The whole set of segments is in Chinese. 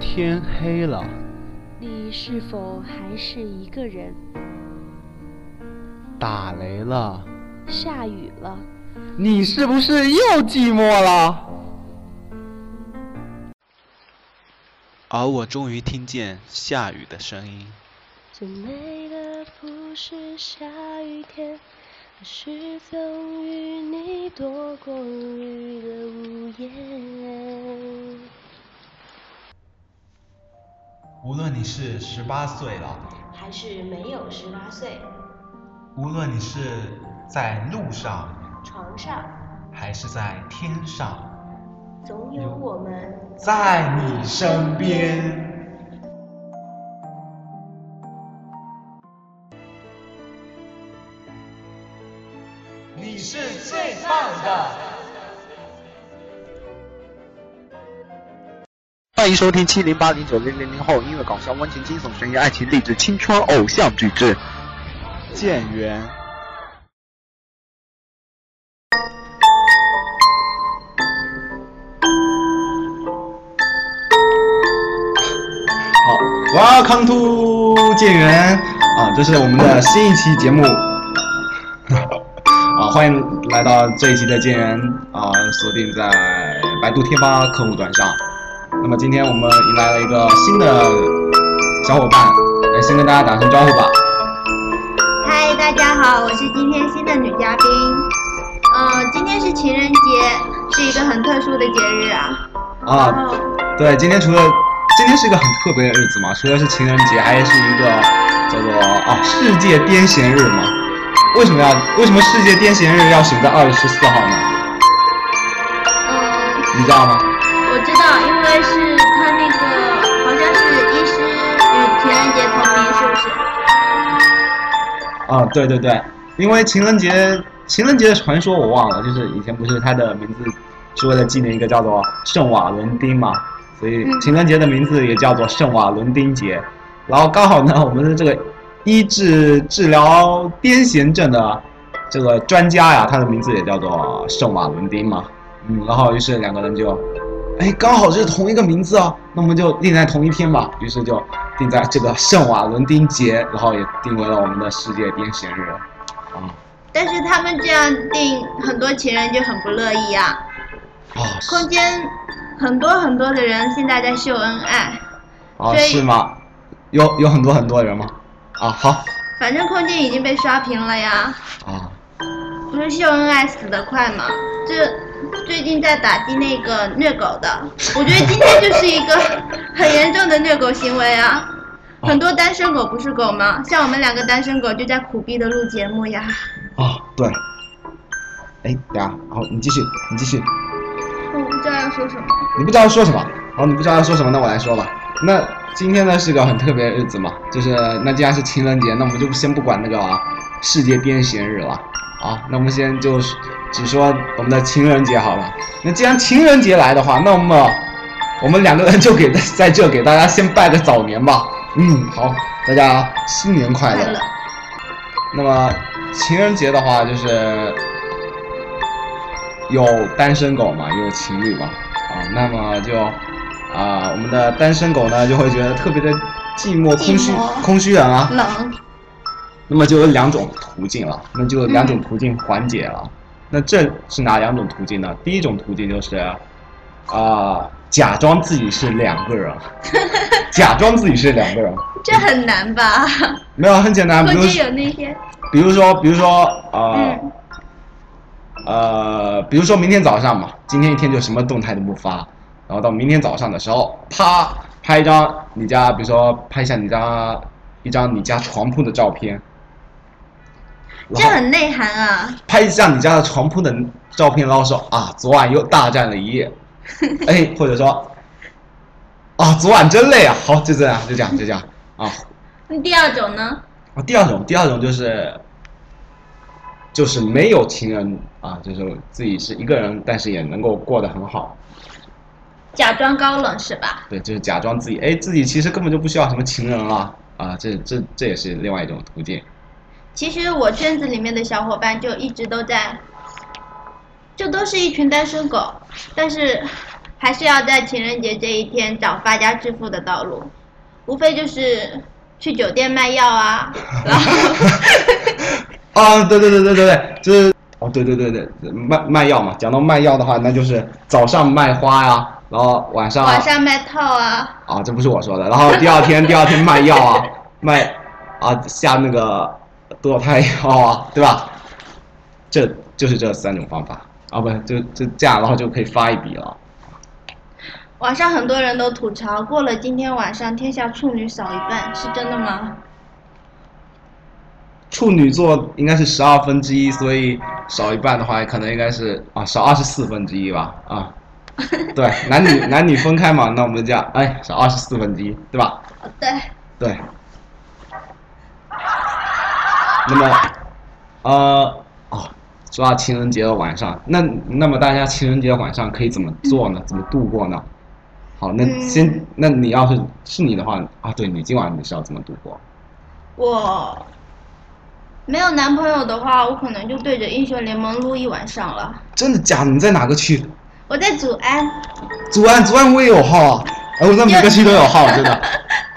天黑了，你是否还是一个人？打雷了，下雨了，你是不是又寂寞了？而我终于听见下雨的声音。最美的不是下雨天，而是曾与你躲过雨的屋檐。无论你是十八岁了，还是没有十八岁，无论你是在路上，床上还是在天上，总有我们。在你身边。你是最棒的。欢迎收听七零八零九零零零后音乐搞笑温情惊悚悬疑爱情励志青春偶像巨制，建元，好，Welcome to 建元啊，这是我们的新一期节目啊，欢迎来到这一期的建元啊，锁定在百度贴吧客户端上。那么今天我们迎来了一个新的小伙伴，来先跟大家打声招呼吧。嗨，大家好，我是今天新的女嘉宾。呃，今天是情人节，是一个很特殊的节日啊。然啊，后对，今天除了今天是一个很特别的日子嘛，除了是情人节，还是一个叫做啊世界癫痫日嘛。为什么要为什么世界癫痫日要选在二月十四号呢？嗯，你知道吗？我知道，因为是他那个好像是医师与情人节同名，是不是？啊，对对对，因为情人节，情人节的传说我忘了，就是以前不是他的名字是为了纪念一个叫做圣瓦伦丁嘛，所以嗯情人节的名字也叫做圣瓦伦丁节。然后刚好呢，我们的这个医治治疗癫痫症的这个专家呀，他的名字也叫做圣瓦伦丁嘛，嗯，然后于是两个人就。哎，刚好是同一个名字哦，那我们就定在同一天吧。于是就定在这个圣瓦伦丁节，然后也定为了我们的世界癫痫日。啊但是他们这样定，很多情人就很不乐意啊。啊空间很多很多的人现在在秀恩爱，啊，所以是吗？有有很多很多人吗？啊，好反正空间已经被刷屏了呀。啊不是秀恩爱死得快吗？这最近在打击那个虐狗的，我觉得今天就是一个 很严重的虐狗行为啊！哦很多单身狗不是狗吗？像我们两个单身狗就在苦逼的录节目呀。啊，对。哎，等下，好，你继续，你继续，我不知道要说什么。你不知道说什么，好，你不知道要说什么，那我来说吧。那今天呢是个很特别的日子嘛，就是那既然是情人节，那我们就先不管那个、啊世界癫痫日了啊，那我们先就是只说我们的情人节好了。那既然情人节来的话，那么我们两个人就给在这给大家先拜个早年吧。嗯，好，大家新年快乐。快乐那么情人节的话，就是有单身狗嘛，也有情侣嘛，啊，那么就啊、我们的单身狗呢就会觉得特别的寂寞、空虚寂、寞空虚人啊。冷，那么就有两种途径了，那就有两种途径缓解了。那这是哪两种途径呢？第一种途径就是，啊、假装自己是两 个人，假装自己是两个人，这很难吧？没有很简单，比空如间有那些，比如说，比如说，呃，嗯呃，比如说明天早上嘛，今天一天就什么动态都不发，然后到明天早上的时候，啪拍一张你家，比如说拍一下你家一张你家床铺的照片，这然后很内涵啊。拍一下你家的床铺的照片，然后说啊，昨晚又大战了一 夜，哎，或者说啊，昨晚真累啊，好，就这样，就这样，就这样啊。那第二种呢？啊，第二种，第二种就是，就是没有情人啊，就是自己是一个人，但是也能够过得很好。假装高冷是吧？对，就是假装自己，哎，自己其实根本就不需要什么情人了啊，这这这也是另外一种途径。其实我圈子里面的小伙伴就一直都在，就都是一群单身狗，但是还是要在情人节这一天找发家致富的道路，无非就是去酒店卖药啊，然后啊，对对对对对对，就是哦，对对对对，卖卖药嘛。讲到卖药的话，那就是早上卖花呀、然后晚上晚上卖套啊，啊，这不是我说的。然后第二天第二天卖药啊，卖啊下那个堕胎药啊，对吧？这就是这三种方法啊，不就就这样，然后就可以发一笔了。网上很多人都吐槽，过了今天晚上，天下处女少一半，是真的吗？处女座应该是十二分之一，所以少一半的话，可能应该是啊少二十四分之一吧，啊， 对，男女男女分开嘛，那我们这样，哎，少二十四分之一，对吧？哦，对，对。那么，呃，哦，说到情人节的晚上，那那么大家情人节晚上可以怎么做呢？怎么度过呢？好，那先嗯，那你要是是你的话啊，对你今晚你是要怎么度过？我没有男朋友的话，我可能就对着英雄联盟撸一晚上了。真的假的？你在哪个区？我在祖安，祖安，祖安我也有号啊，哎，我在每个区都有号，真的。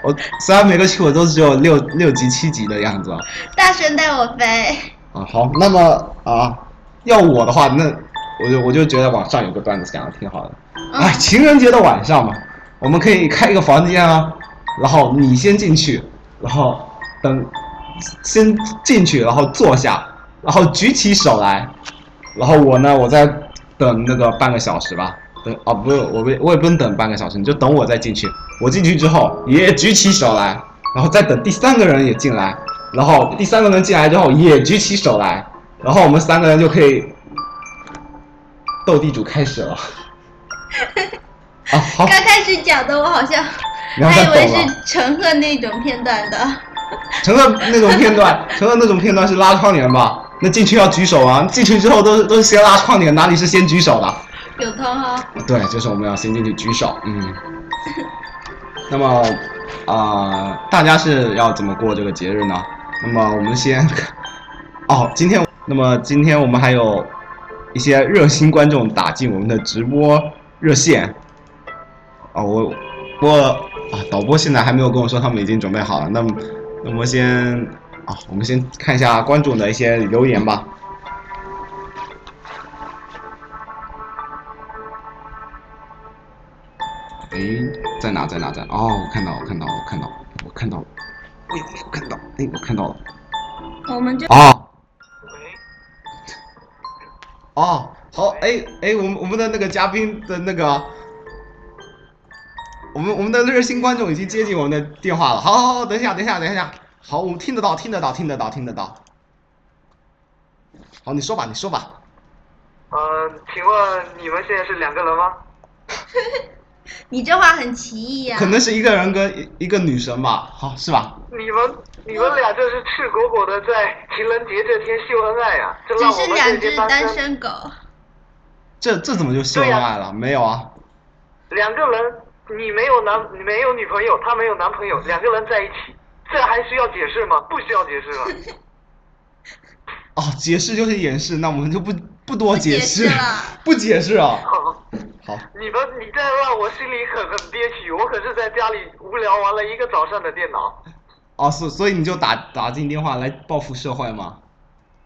我虽然每个区我都只有六六级、七级的样子啊。大神带我飞。啊，好，那么啊，要我的话，那我就我就觉得网上有个段子讲的挺好的，嗯哎，情人节的晚上嘛，我们可以开一个房间啊，然后你先进去，然后等先进去，然后坐下，然后举起手来，然后我呢，我再等那个半个小时吧。等啊，不是，我不我也不用等半个小时，你就等我再进去。我进去之后也举起手来，然后再等第三个人也进来，然后第三个人进来之后也举起手来，然后我们三个人就可以斗地主开始了。啊，好刚，开始讲的我好像你要还再以为抖了是陈赫那种片段的，成了那种片段，成了那种片段是拉窗帘吧？那进去要举手啊，进去之后都是都是先拉窗帘，哪里是先举手的？有同哦。对，就是我们要先进去举手，嗯。那么，啊、大家是要怎么过这个节日呢？那么我们先，哦，今天，那么今天我们还有一些热心观众打进我们的直播热线。哦，我，我啊，导播现在还没有跟我说他们已经准备好了。那么，那么先啊，我们先看一下观众的一些留言吧。诶，哎在哪在哪在哪？哦，我看到我看到我看到我看到了，哎呦，我看到，哎，我看到了。我们就哦。哦，好，哎哎，我们我们的那个嘉宾的那个，我们我们的热心观众已经接近我们的电话了。好好好，等一下等一下等一下，好，我们听得到听得到听得到听得到。好，你说吧你说吧。嗯，请问你们现在是两个人吗？你这话很奇异啊呀、可能是一个人跟一一个女神吧，好是吧？你们你们俩这是赤果果的在情人节这天秀恩爱啊，这只让我是们两这只些单单身狗。这这怎么就秀恩爱了？没有啊，两个人，你没有男你没有女朋友，他没有男朋友，两个人在一起，这还需要解释吗？不需要解 释了。哦，解释就是掩饰，那我们就不不多解不释解释了， 不解释啊。好，好，你们你这让我心里很很憋屈，我可是在家里无聊玩了一个早上的电脑。哦，所所以你就打打进电话来报复社会吗？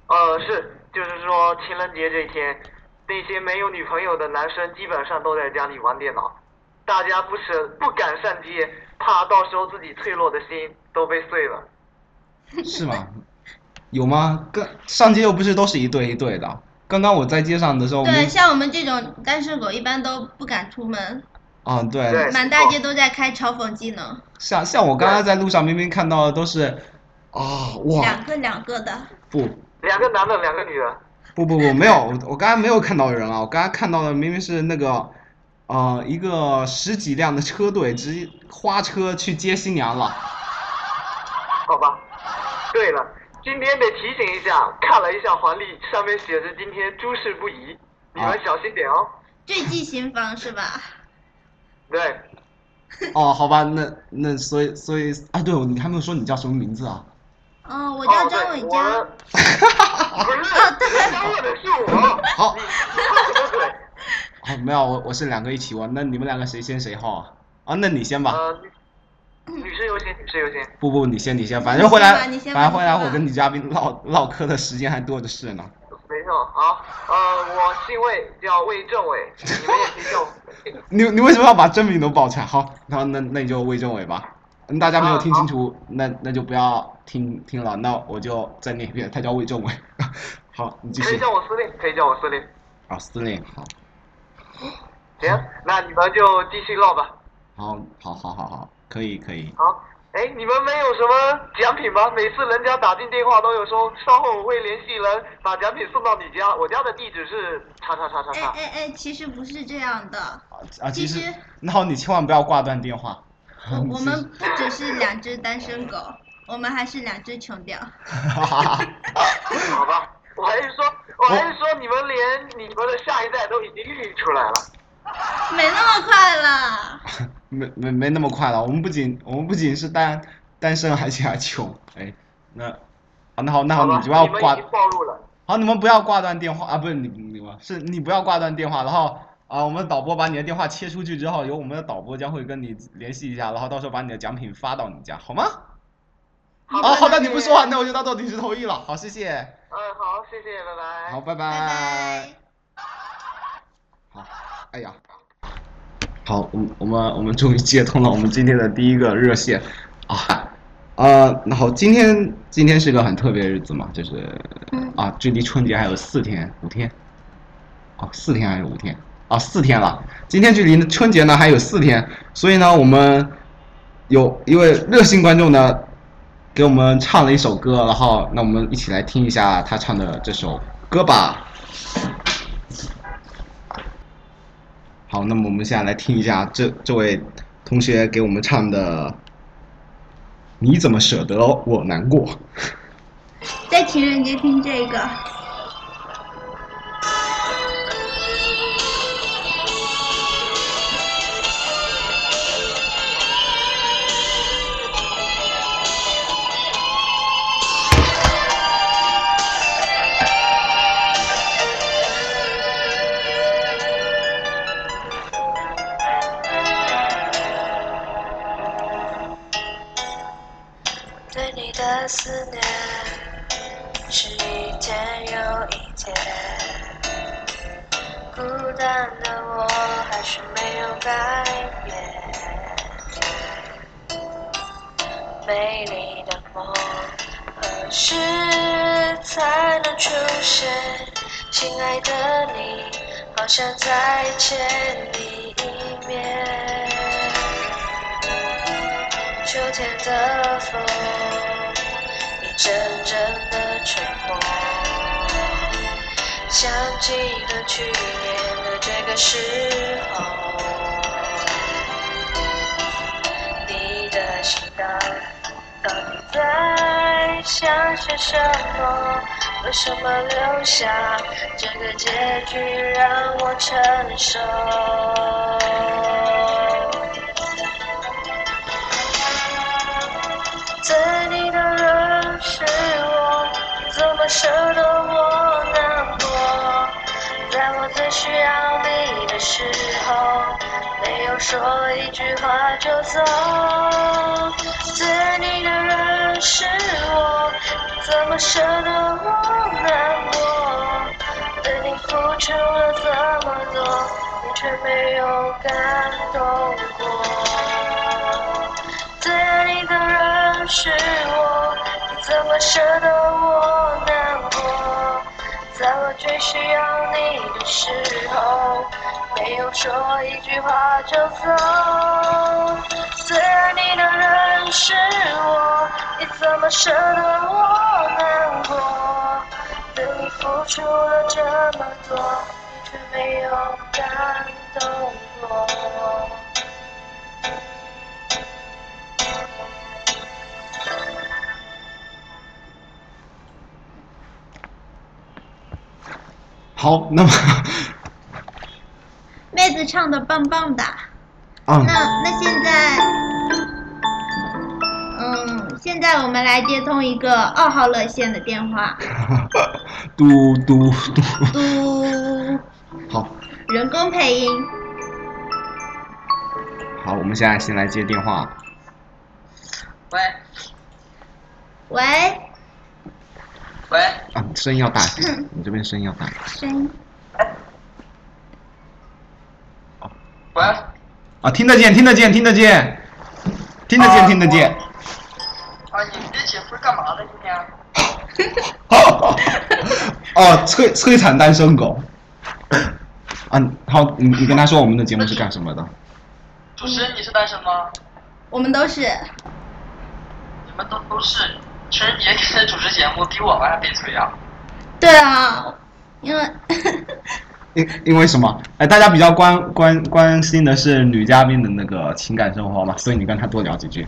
呃，是，就是说情人节这一天，那些没有女朋友的男生基本上都在家里玩电脑，大家不舍不敢上街，怕到时候自己脆弱的心都被碎了。是吗？有吗？跟上街又不是都是一对一对的。刚刚我在街上的时候，我对，们像我们这种单身狗一般都不敢出门，啊，对，对满大街都在开嘲讽技能，像像我刚刚在路上明明看到的都是，啊、哇两，个两个的。不两个男的，两个女的，不不不，没有，我我刚刚没有看到人啊，我刚刚看到的明明是那个，呃，一个十几辆的车队，直花车去接新娘了。好吧。对了，今天得提醒一下，看了一下黄历，上面写着今天诸事不宜，你啊们小心点哦。最忌新房是吧？对，哦，好吧，那那所以所以啊，对，你还没有说你叫什么名字啊？哦，我我叫张伟我佳。啊们不是，你想我的是我。好你你插什么嘴？哦，没有，我我是两个一起玩，那你们两个谁先谁后啊？啊，那你先吧。呃，女士优先，女士优先。不不，你先你先，反正回来你，先吧你先吧反正回来你先吧我跟女嘉宾唠唠嗑的时间还多着是呢。没错，好，呃，我姓魏，叫魏政 委，你们也可以叫我魏。你你为什么要把真名都报出来？好，然后那那你就魏政委吧。嗯，大家啊没有听清楚，那那就不要听听了，那我就再念一遍，他叫魏政委。 好，你继可以续。叫我司令，可以叫我司令。啊，司令，好，行，那你们就继续唠吧。好，好，好，好，好，可以，可以。好，哎，你们没有什么奖品吗？每次人家打进电话都有说，稍后我会联系人把奖品送到你家，我家的地址是叉叉叉叉哎叉。哎哎，其实不是这样的，啊啊，其其实实，然后你千万不要挂断电话。 我我们不只是两只单身狗，我们还是两只穷屌。好吧，我还是说，我还是说你们连你们的下一代都已经孕育出来了。没那么快啦，没没没那么快了，我们不仅我们不仅是单单身，而且还穷。哎，那啊，那好，那好，吧，你就要们挂已。经暴露了。好，你们不要挂断电话啊！不是你你们是你不要挂断电话，然后啊，我们导播把你的电话切出去之后，由我们的导播将会跟你联系一下，然后到时候把你的奖品发到你家，好吗？好啊，好的，你谢谢不说话，那我就当做临时同意了。好，谢谢。嗯，好，谢谢，拜拜。好，拜拜拜拜。。好，哎呀，好，我们我们我们终于接通了我们今天的第一个热线啊，呃，那好，今天今天是个很特别的日子嘛，就是啊，距离春节还有四天五天，哦，四天还是五天？啊，四天了，今天距离春节呢还有四天，所以呢，我们有一位热心观众呢。给我们唱了一首歌，然后那我们一起来听一下他唱的这首歌吧。好，那么我们现在来听一下这这位同学给我们唱的《你怎么舍得我难过》。 在情人节听这个，对你的思念是一天又一天，孤单的我还是没有改变。美丽的梦何时才能出现？亲爱的你，好想再见你一面。秋天的风，一阵阵的吹过，想起了去年的这个时候，你的心到到底在想些什么？为什么留下这个结局让我承受？最你的人是我，怎么舍得我难过？在我最需要你的时候，没有说一句话就走。最你的人是我，怎么舍得我难过？对你付出了这么多，你却没有感动过。最爱你的人是我，你怎么舍得我难过？在我最需要你的时候，没有说一句话就走。最爱你的人是我，你怎么舍得我难过？对你付出了这么多，你却没有感动我。好，那么， 妹子唱的棒棒的。 嗯，那那现在，嗯，现在我们来接通一个二号热线的电话。嘟嘟嘟， 嘟，好，人工配音。好，我们现在先来接电话。喂喂，喂，啊，声音要大一点，你这边声音要大一点。声音喂，啊，听得见，听得见，听得见，听得见，啊听得见。 啊，你们这姐夫干嘛的今天？哦， 哦，摧摧残单身狗。 啊，好，你你跟他说我们的节目是干什么的？主持嗯人你是单身吗？我们都是，你们都都是，其实你也给他主持节目，比我们还悲催啊！对啊，因为因因为什么？哎，大家比较关关关心的是女嘉宾的那个情感生活嘛，所以你跟她多聊几句。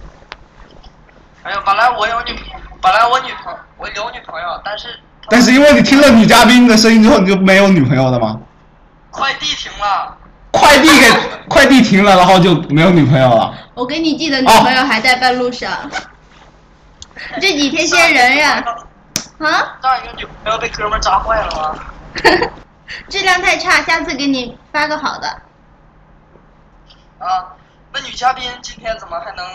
哎呦，本来我有女朋友，本来我女朋友我有女朋友，但是但是因为你听了女嘉宾的声音之后，你就没有女朋友了吗？快递停了，快递给 快递停了，然后就没有女朋友了。我给你寄的女朋友还在半路上。这几天先忍忍 啊，让一个女朋友被哥们儿扎坏了吗？质量太差，下次给你发个好的。啊，那女嘉宾今天怎么还能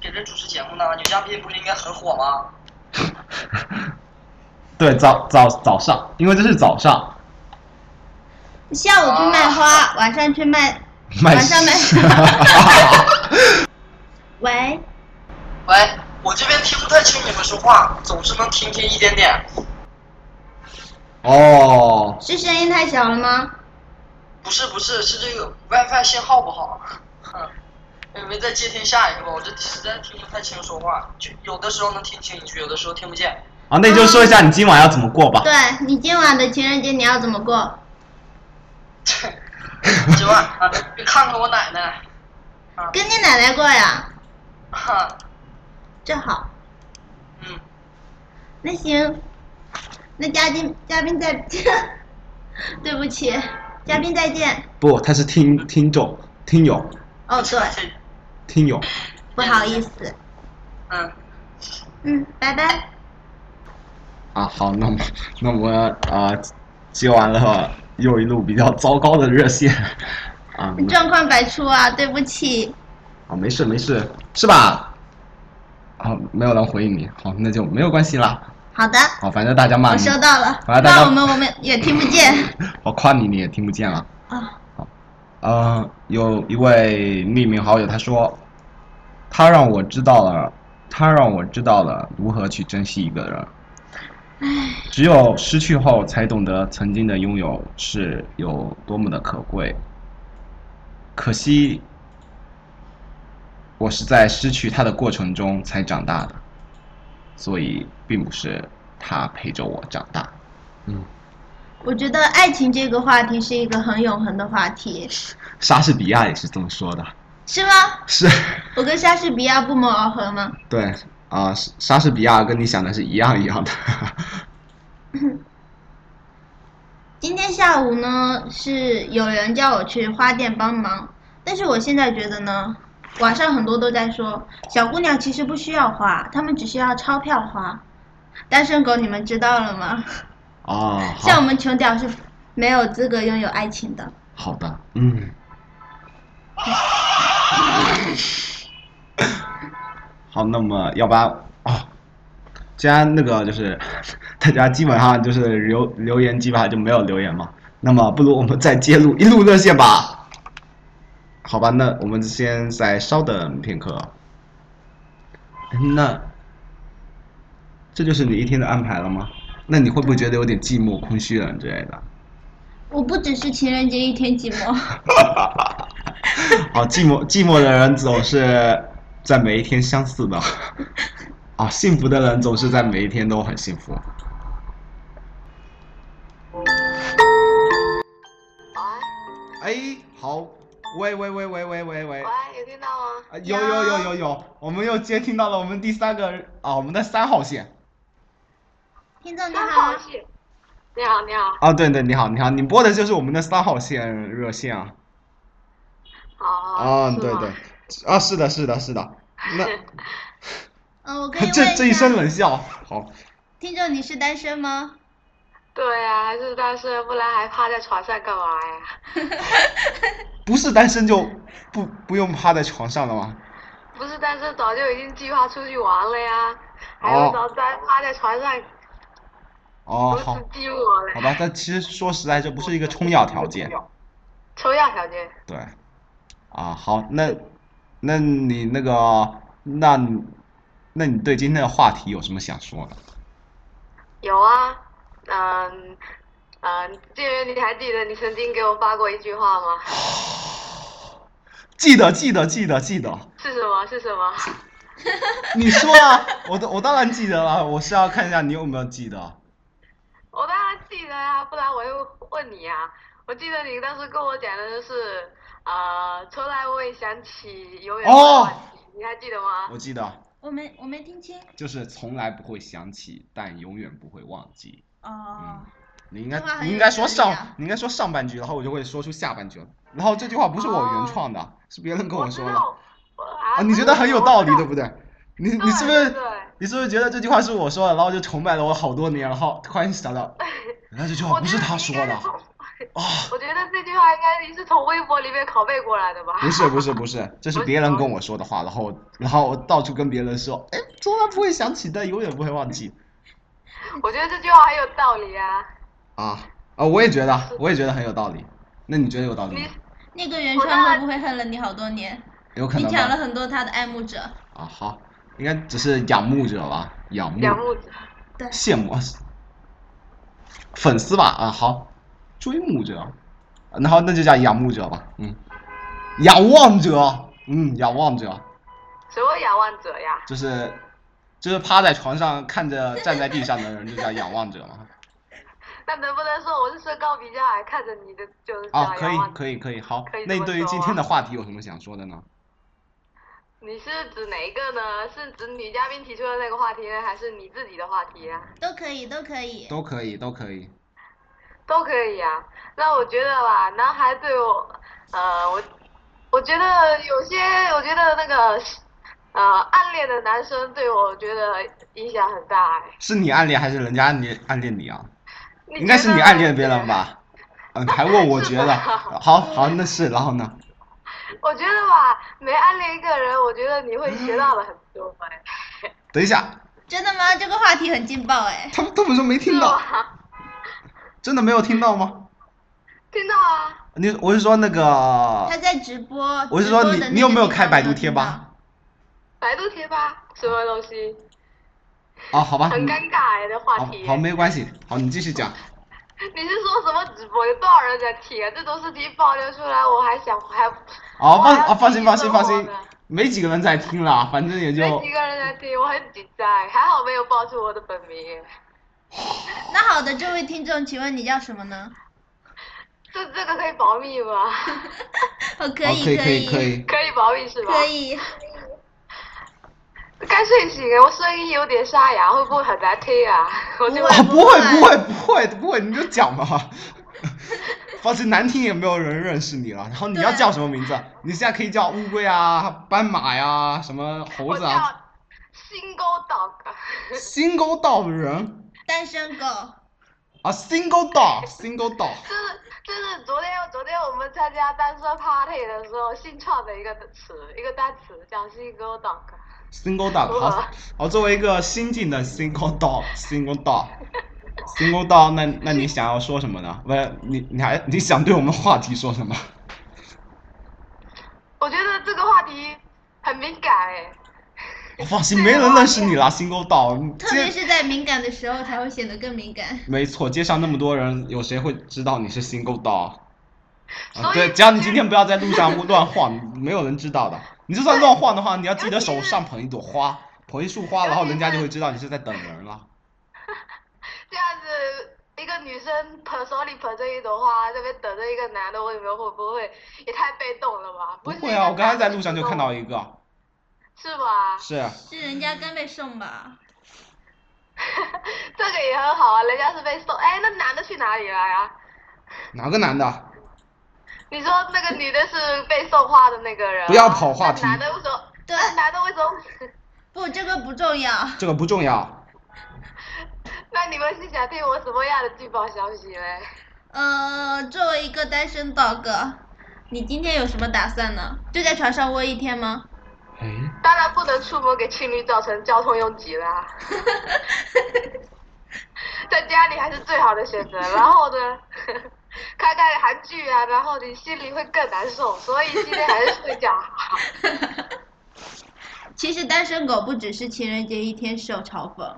给这主持节目呢？女嘉宾不是应该很火吗？对，早早早上，因为这是早上下午去卖花，晚上去卖。卖晚 上卖屎。 喂，喂，我这边听不太清你们说话，总是能听见一点点。哦，是声音太小了吗？不是不是，是这个 WiFi 信号不好。 哼，你们再接听下一个吧，我这实在听不太清说话，就有的时候能听清一句，有的时候听不见。 啊，那你就说一下你今晚要怎么过吧。对你今晚的情人节你要怎么过？今晚啊，去看看我奶奶。啊，跟你奶奶过呀，哈，正好。嗯，那行，那嘉宾嘉宾再 见。对不起，嘉宾再见。不，他是听听众、听友、哦，对，这，听友。不好意思。嗯，嗯，拜拜。啊，好，那么那我们啊接完了又一路比较糟糕的热线啊那状况百出啊，对不起。啊，没事没事，是吧？啊，没有人回应你，好，那就没有关系啦。好的，好，反正大家骂我你，收到了。嗯好的大骂家我们我们也听不见。我夸你你也听不见了。啊，呃，有一位匿名好友他说，他让我知道了，他让我知道了如何去珍惜一个人。只有失去后，才懂得曾经的拥有是有多么的可贵。可惜，我是在失去他的过程中才长大的，所以并不是他陪着我长大。嗯，我觉得爱情这个话题是一个很永恒的话题，莎士比亚也是这么说的。是吗？是。我跟莎士比亚不谋而合吗？对啊，莎莎士比亚跟你想的是一样一样的。 今天下午呢，是有人叫我去花店帮忙，但是我现在觉得呢，网上很多都在说，小姑娘其实不需要花，她们只需要钞票花。单身狗，你们知道了吗？哦，像我好，们穷屌是没有资格拥有爱情的。好的，嗯。 好，那么要不然哦，既然那个就是大家基本上就是留留言基本上就没有留言嘛，那么不如我们再接入一路热线吧。好吧，那我们先再稍等片刻。哎那这就是你一天的安排了吗？那你会不会觉得有点寂寞、空虚了之类的？我不只是情人节一天寂寞， 好，哦寂寞寂寞的人总是在每一天相似的， 啊，幸福的人总是在每一天都很幸福。哎，好，喂喂喂喂喂喂喂，啊喂，有听到吗？有有有有有，我们又接听到了我们第三个啊，我们的三号线 听众你三好号，线。你好，你好，啊，对对，你好你好，你拨的就是我们的三号线热线啊，好啊，是对吗对，啊，是的是的是的，那嗯、我可以问这这一下声冷笑，好。听众你是单身吗？对呀、还是单身，不然还趴在床上干嘛呀？不是单身就不不用趴在床上了吗？不是单身，早就已经计划出去玩了呀，还用哦着单趴在床上哦，如好此，激我嘞？好吧，但其实说实在，这不是一个充要条件。抽样条件，对，啊，好，那那你那个，那你那你对今天的话题有什么想说的？有啊，嗯嗯，建源，你还记得你曾经给我发过一句话吗？记得，记得，记得，记得。是什么？是什么？你说啊，我都我当然记得了，我是要看一下你有没有记得。我当然记得啊，不然我又问你啊。我记得你当时跟我讲的就是，呃，从来我也想起，永远不哦忘记，你还记得吗？我记得，我没我没听清就是从来不会想起，但永远不会忘记。哦，你应该这话很你有应该说哲理上啊，你应该说上半句，然后我就会说出下半句了。然后这句话不是我原创的，是别人跟我我说知的。道，我嗯啊啊，你觉得很有道理，对不不对？你对？你是不是对你是不是觉得这句话是我说的，然后就崇拜了我好多年，然后突然想 到，原来这句我话不觉哦是他说的啊！得你应该是从 我觉得这句话应该你是从微博里面拷贝过来的吧？不是不是不是，这是别人跟我说的话，然后然后我到处跟别人说，哎，从来不会想起，但永远不会忘记我觉得这句话很有道理啊。啊啊！我也觉得，我也觉得很有道理。那你觉得有道理你吗？那个原我创当会然不会恨了你好多年？有可你能抢了吧？很多他的爱慕者。啊，好，应该只是仰慕者吧，仰慕、仰慕者，羡慕、啊粉丝吧？啊，好，追慕者，然后那就叫仰慕者吧，嗯，仰望者，嗯，仰望者。什么仰望者呀？就是就是趴在床上看着站在地上的人，就叫仰望者嘛。那能不能说我是身高比较矮，看着你的就是叫啊，可以仰望者？可以可以，好可以。那这你么对于说今天的话题有什么想说的呢？你是指哪一个呢？是指女嘉宾提出的那个话题呢，还是你自己的话题啊呀、都可以，都可以。都可以，都可以。都可以啊。那我觉得吧，男孩对我，呃，我我觉得有些，我觉得那个，呃，暗恋的男生对我，我觉得影响很大、哎。是你暗恋还是人家暗恋暗恋你啊？你应该觉是你得暗恋别人？吧？嗯，还问我觉 得，是吧好好，那是然后呢？我觉得吧，每暗恋一个人，我觉得你会学到了很多、哎，等一下，真的吗？这个话题很劲爆哎。他们他们说没听是到，吧？ 真的没有听到吗？听到啊，你我是说那个他，在直播。我是直说播你的你那有个没有地开方百没度贴听吧？百度贴吧什么东西？啊，好吧，很嗯尴尬、哎，的话好题、好没关系，好你继续 讲。你是说什么直播？有多少人在听啊？这都是题爆料出来，我还想还好，我放还要啊放继心续放心生放活心呢，没几个人在听啦，反正也没就几个人在听，我很紧张，还好没有报出我的本名。那好的，这位听众，请问你叫什么呢？这这个可以保密吗？ 哦，可哦以可以可以可可以，可以保密是吧？可。以。刚睡醒，我声音有点沙哑，会不会很难听啊？我就不啊会不会不不会不会不会，你就讲吧。 放心，难听也没有人认识你了。然后你要对叫什么名字？啊你现在可以叫乌龟啊、斑马呀、什么猴我子叫啊。新沟岛， Single dog 人单身狗。啊，Single dog，Single dog。就是就是昨天昨天我们参加单身 party 的时候新创的一个词，一个单词叫新沟岛。 single dog，哇好，好，作为一个新晋的 single dog，single dog，single dog，那那你想要说什么呢？不是你你还你想对我们话题说什么？我觉得这个话题很敏感哎、我放心，没人认识你啦，single dog，特别街是在敏感的时候才会显得更敏感。没错，街上那么多人，有谁会知道你是 single dog？啊，所以对，只要你今天不要在路上乱晃，没有人知道的。你就算乱晃的话，你要记得手上捧一朵花，捧一束花，然后人家就会知道你是在等人了。这样子，一个女生捧手里捧着一朵花，这边等着一个男的，我你们会不会也太被动了吧？不是会一啊，个我刚才男在的路上就主动看到，一个，是吧？是。是人家刚被送吧？ 这个也很好啊，人家是被送。哎，那男的去哪里了呀？哪个男的？你说那个女的是被送花的那个人啊，不要跑话题那男的为什么？对那男的为什么？不，这个不重要。这个不重要。 那你们是想听我什么样的劲爆消息嘞？呃，作为一个单身 dog，你今天有什么打算呢？就在床上窝一天吗？ 哎，当然不能出门给情侣造成交通拥挤啦， 在家里还是最好的选择。然后呢， 看看韩剧啊，然后你心里会更难受，所以今天还是睡觉好。其实单身狗不只是情人节一天受嘲讽，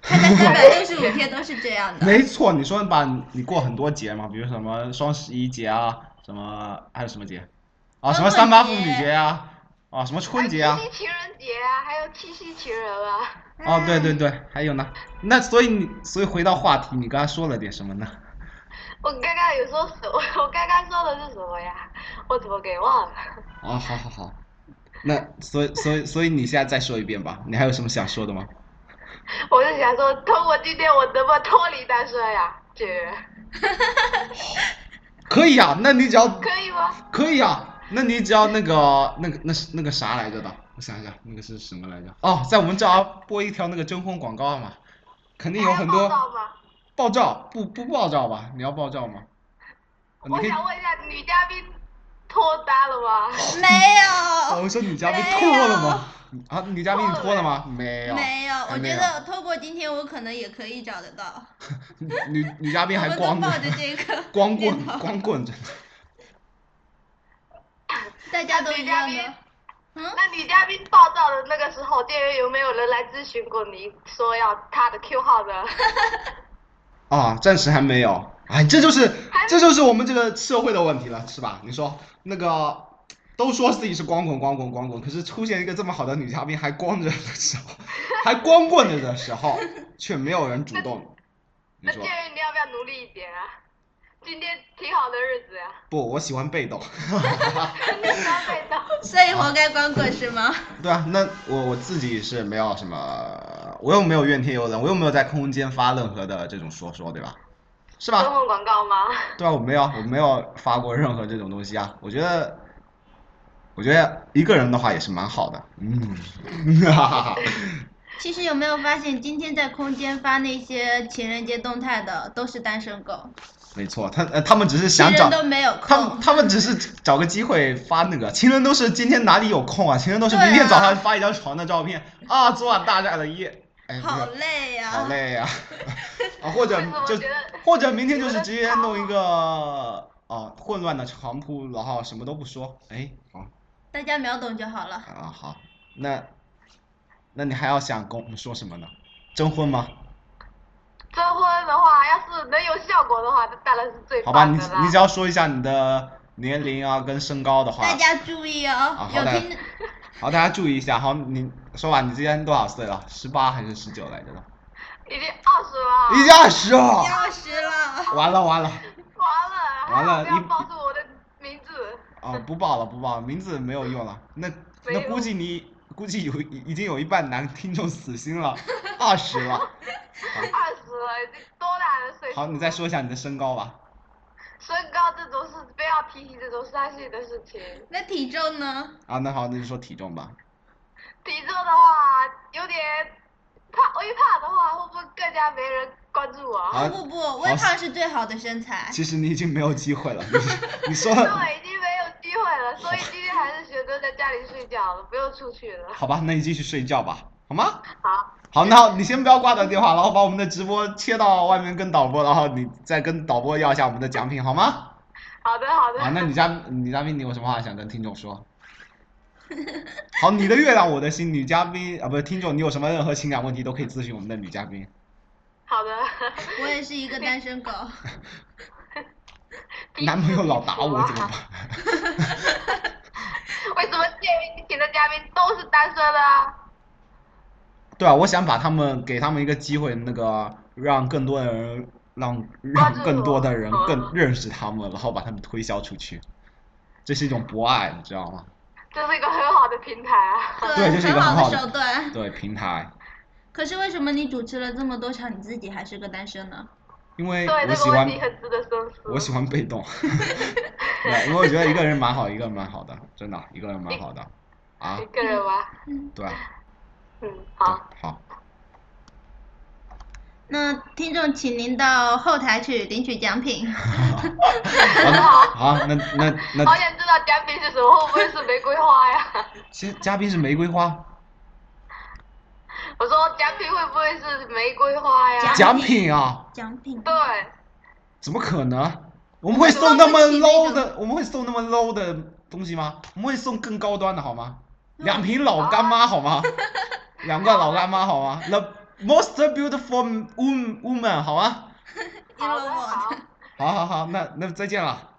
它在三百六十五天都是这样的。没错，你说把你过很多节嘛，比如什么双十一节啊，什么还有什么节？啊，什么三八妇女节啊，啊，什么 春节啊还？有七夕情人节啊，还有七夕情人啊。哦，对对对，还有呢。那所以你，所以回到话题，你刚才说了点什么呢？我刚刚有说什么？我刚刚说的是什么呀？我怎么给忘了？ 啊，好好好。那所以所以所以你现在再说一遍吧，你还有什么想说的吗？我是想说，通过今天我能不能脱离单身呀？姐，可以啊，那你只要可以吗？可以啊，那你只要那个那个那是那个啥来着的，我想一想，那个是什么来着？哦，在我们这儿播一条那个征婚广告嘛，肯定有很还要多报道吗？爆照，不不爆照吧？你要爆照吗？哦你我可以，想问一下，女嘉宾脱单了吗？哦没我说女嘉宾没脱了有吗？啊，女嘉宾你脱了吗？没有，有，没有，还我没觉有得透过今天我可能也可以找得到。女女嘉宾我还们都光抱棍，着这个 光念棍头光棍着呢。大家都女一嘉样宾的。嗯，那女嘉宾报道的那个时候，店员有没有人来咨询过你说要她的 Q 号 呢？啊，暂时还没有。哎，这就是还这就是我们这个社会的问题了，是吧？你说那个都说自己是光棍光棍光棍，可是出现一个这么好的女嘉宾还光着的时候，还光棍着的时候，却没有人主动。 你那说店员你要不要努力一点啊？今天挺好的日 子呀、不？我喜欢被动。你不要被动。所以活该光棍是吗？ 对啊，那我我自己是没有什么，我又没有怨天尤人，我又没有在空间发任何的这种说说，对吧？是吧？征婚广告吗？对啊，我没有，我没有发过任何这种东西啊。我觉得，我觉得一个人的话也是蛮好的。嗯， 哈哈哈。其实有没有发现，今天在空间发那些情人节动态的都是单身狗，没错，他呃他们只是情想人找，都没有他们空。他们只是找个机会发那个，情人都是今天哪里有空啊？情人都是对明天早上啊发一张床的照片啊，昨晚大战了一夜，哎，不是好累呀、好累呀、啊，或者为什么就觉得或者明天就觉是得直接吵弄一个啊混乱的床铺，然后什么都不说，哎，好。大家秒懂就好了。啊，好，那那你还要想跟我们说什么呢？征婚吗？征婚的话，要是能有效果的话，那当然是最好吧，棒你的啦。你只要说一下你的年龄啊跟身高的话大，家注意哦啊，好有的听好，大家注意一下。好，你说吧，你今年多少岁了？十八还是十九来着的？已经二十了，已经二十了，钥匙了。完了完了，完了，还完了好不要一报出我的名字。哦，不报了不报了，名字没有用了。那没那有估计你估计有已经有一半男听众死心了，二十了。二十了，已经多大的岁数？好，你再。说一下你的身高吧。身高这种事，不要提起这种伤心的事情。那体重呢？啊，那好，那就说体重吧。体重的话，有点胖，微胖的话，会不会更加没人关注我？好不不不，微胖是最好的身材。其实你已经没有机会了，你你说 了，对，已经没有机会 了，所以今天还是选择在家里睡觉了，不用出去了。好吧，那你继续睡觉吧，好吗？好，好，那你先不要挂断电话，然后把我们的直播切到外面跟导播，然后你再跟导播要一下我们的奖品，好吗？好的，好的。啊，那女嘉女嘉宾，你有什么话想跟听众 说？好，你的月亮我的心，女嘉宾啊，不是听众，你有什么任何情感问题都可以咨询我们的女嘉宾。好的。 我也是一个单身狗，男朋友老打我啊怎么办？为什么建议请的嘉宾都是单身的啊？对啊，我想把他们给他们一个机会，那个让更多的人，让关让注更多我的人嗯更认识他们，然后把他们推销出去，这是一种博爱，你知道吗？这是一个很好的平台啊。对这是一个很很好的的手段。对，平台，可是为什么你主持了这么多场，你自己还是个单身呢？因为对，哎我这喜个问欢题很值得深思。我喜欢被 动，对，因为我觉得一个人蛮好，一个人蛮好的，真的，一个人蛮好的，啊一，个人吗？对啊， 嗯，对好。，好，那听众，请您到后台去领取奖品。好的，好，那那好那，想知道奖品是什么，会不会是玫瑰花呀？ 嘉嘉宾是玫瑰花，我说奖品会不会是玫瑰花呀？奖奖品啊， 奖品。对，怎么可能？我们会送那么 low 的，我们会送那么 low 的东西吗？我们会送更高端的好吗？两瓶老干妈好 吗？两罐老干妈好吗？The most beautiful wom- woman 好吗？好的 Elon Musk 好，好好好，那那再见了，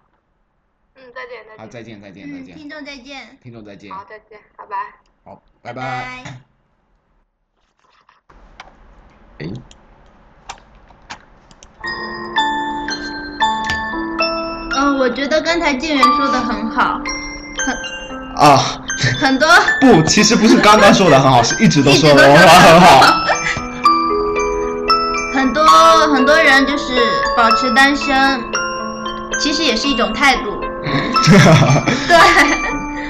嗯，再见再好，见，再见再见再嗯，听见，众再见，听众再见，好再见，拜拜。好，拜拜。拜。哎。嗯，我觉得刚才静源说的很好，啊，很多不，其实不是刚刚说的很好，是一直都一 直说的都我们说得很好。很多很多人就是保持单身，其实也是一种态 度。对，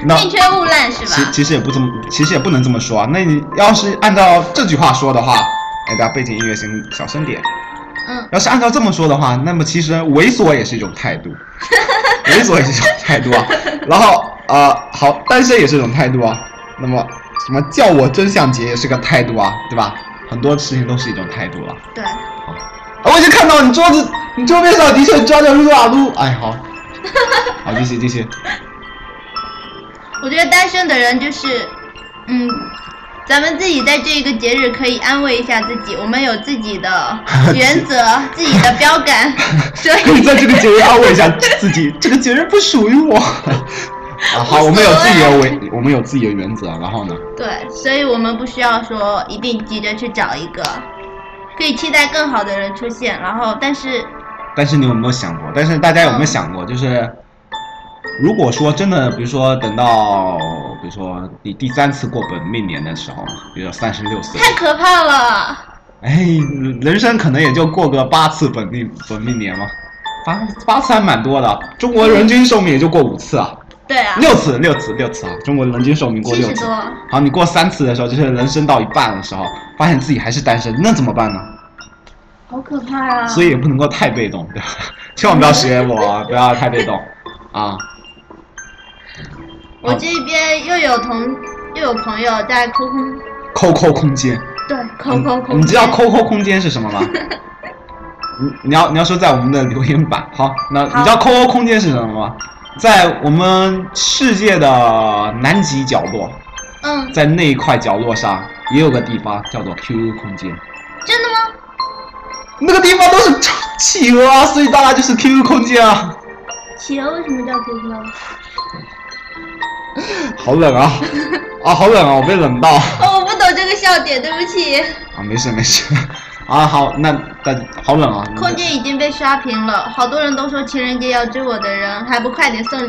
那宁缺毋滥是其吧？其实也不这么，其实也不能这么说啊。那你要是按照这句话说的话，哎，大家背景音乐先小声点。嗯，要是按照这么说的话，那么其实猥琐也是一种态 度，猥琐也是一种态度啊。然后啊、呃好，单身也是一种态度啊。那么什么叫我真相杰也是个态度啊，对吧？很多事情都是一种态度了、对，啊，我已经看到你桌子，你桌面上的确抓着撸啊撸。哎， 好，好，继续继续。我觉得单身的人就是，嗯，咱们自己在这一个节日可以安慰一下自己，我们有自 己的原则、自己的标杆，所可 以以在这个节日安慰一下自己，这个节日不属于我。啊， 好，我们有自己的维，我们有自己的原则。然后呢？对，所以我们不需要说一定急着去找一个，可以期待更好的人出现，然后但是但是你有没有想过？但是大家有没有想过，就是如果说真的，比如说等到，比如说你第三次过本命年的时候，比如说三十六岁，太可怕了，哎，人生可能也就过个八次本命本命年嘛，八八次还蛮多的。中国人均寿命也就过五次啊，对啊，六次六次六次啊，中国人均寿命过七六十次。多，好，你过三次的时候，就是人生到一半的时候，发现自己还是单身，那怎么办呢？好可怕啊！所以也不能够太被动，对吧？ 千万不要学我，不要太被动啊！我这边又有同又有朋友在 QQ， QQ 空间，对，QQ 空嗯你知道间 QQ 空间是什 么吗？你你要你要说在我们的留言板，好，那你好知道 QQ 空间是什么吗？在我们世界的南极角落，嗯，在那一块角落上也有个地方叫做 QQ 空间，真的吗？那个地方都是企鹅啊，所以大家就是 QQ 空间啊。企鹅为什么叫 QQ？好冷 啊！啊，好冷啊！我被冷 到哦，我不懂这个笑点，对不起。啊！没事没事啊，好，那但好冷啊！空间已经被刷屏了，好多人都说情人节要追我的人，还不快点送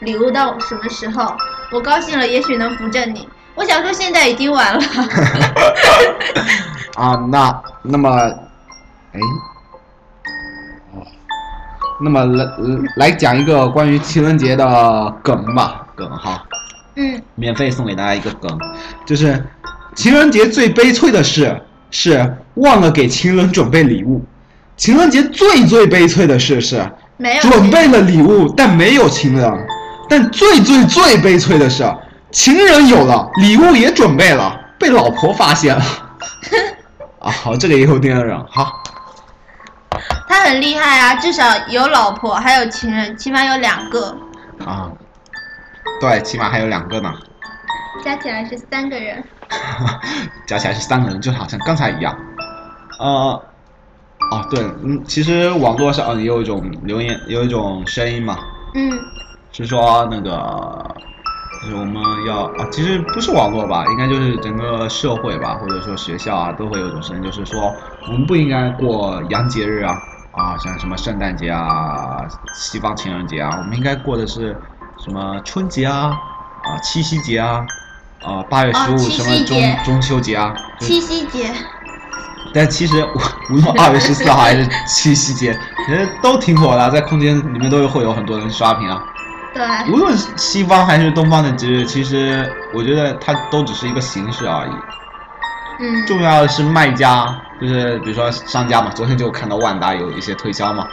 礼物到什么时候？我高兴了，也许能扶正你。我想说现在已 经晚了， 啊，那那么，哎，哦，那么来来讲一个关于情人节的梗吧，梗哈，嗯，免费送给大家一个梗，就是情人节最悲催的事是忘了给情人准备礼物，情人节最最悲催的事是没有准备了礼物，但没有情人。但最最最悲催的是，情人有了，礼物也准备了，被老婆发现 了。啊，好，这个也有点冷。好，他很厉害啊，至少有老婆，还有情人，起码有两个，啊，对，起码还有两个呢，加起来是三个人。 加起来是三个人，就好像刚才一样。呃，哦，对，嗯，其实网络上也有一种留言，有一种声音嘛，嗯，是说那个，就是我们要啊，其实不是网络吧，应该就是整个社会吧，或者说学校啊，都会有一种声音，就是说我们不应该过洋节日啊，啊，像什么圣诞节啊、西方情人节啊，我们应该过的是什么春节啊、啊七夕节啊、啊八月哦十五七什么夕中、节中秋节啊，就是七夕节，但其实无无论二月十四号还是七夕节，其实都挺火的，在空间里面都会有很多人刷屏啊。对，无论是西方还是东方的节日，其实我觉得它都只是一个形式而已。嗯，重要的是卖家，就是比如说商家嘛，昨天就看到万达有一些推销嘛，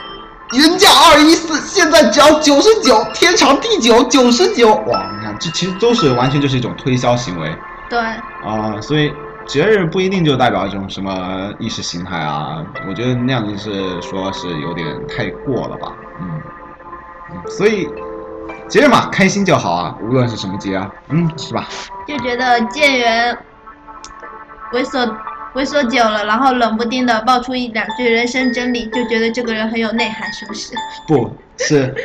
原价二一四，现在只要九十九，天长地久九十九，哇，你看这其实都是完全就是一种推销行为对，啊、所以节日不一定就代表一种什么意识形态啊，我觉得那样就是说是有点太过了吧，嗯，嗯所以节日嘛，开心就好啊，无论是什么节啊，嗯，是吧？就觉得店员猥琐猥琐久了，然后冷不丁的爆出一两句人生真理，就觉得这个人很有内涵，是不是？不是，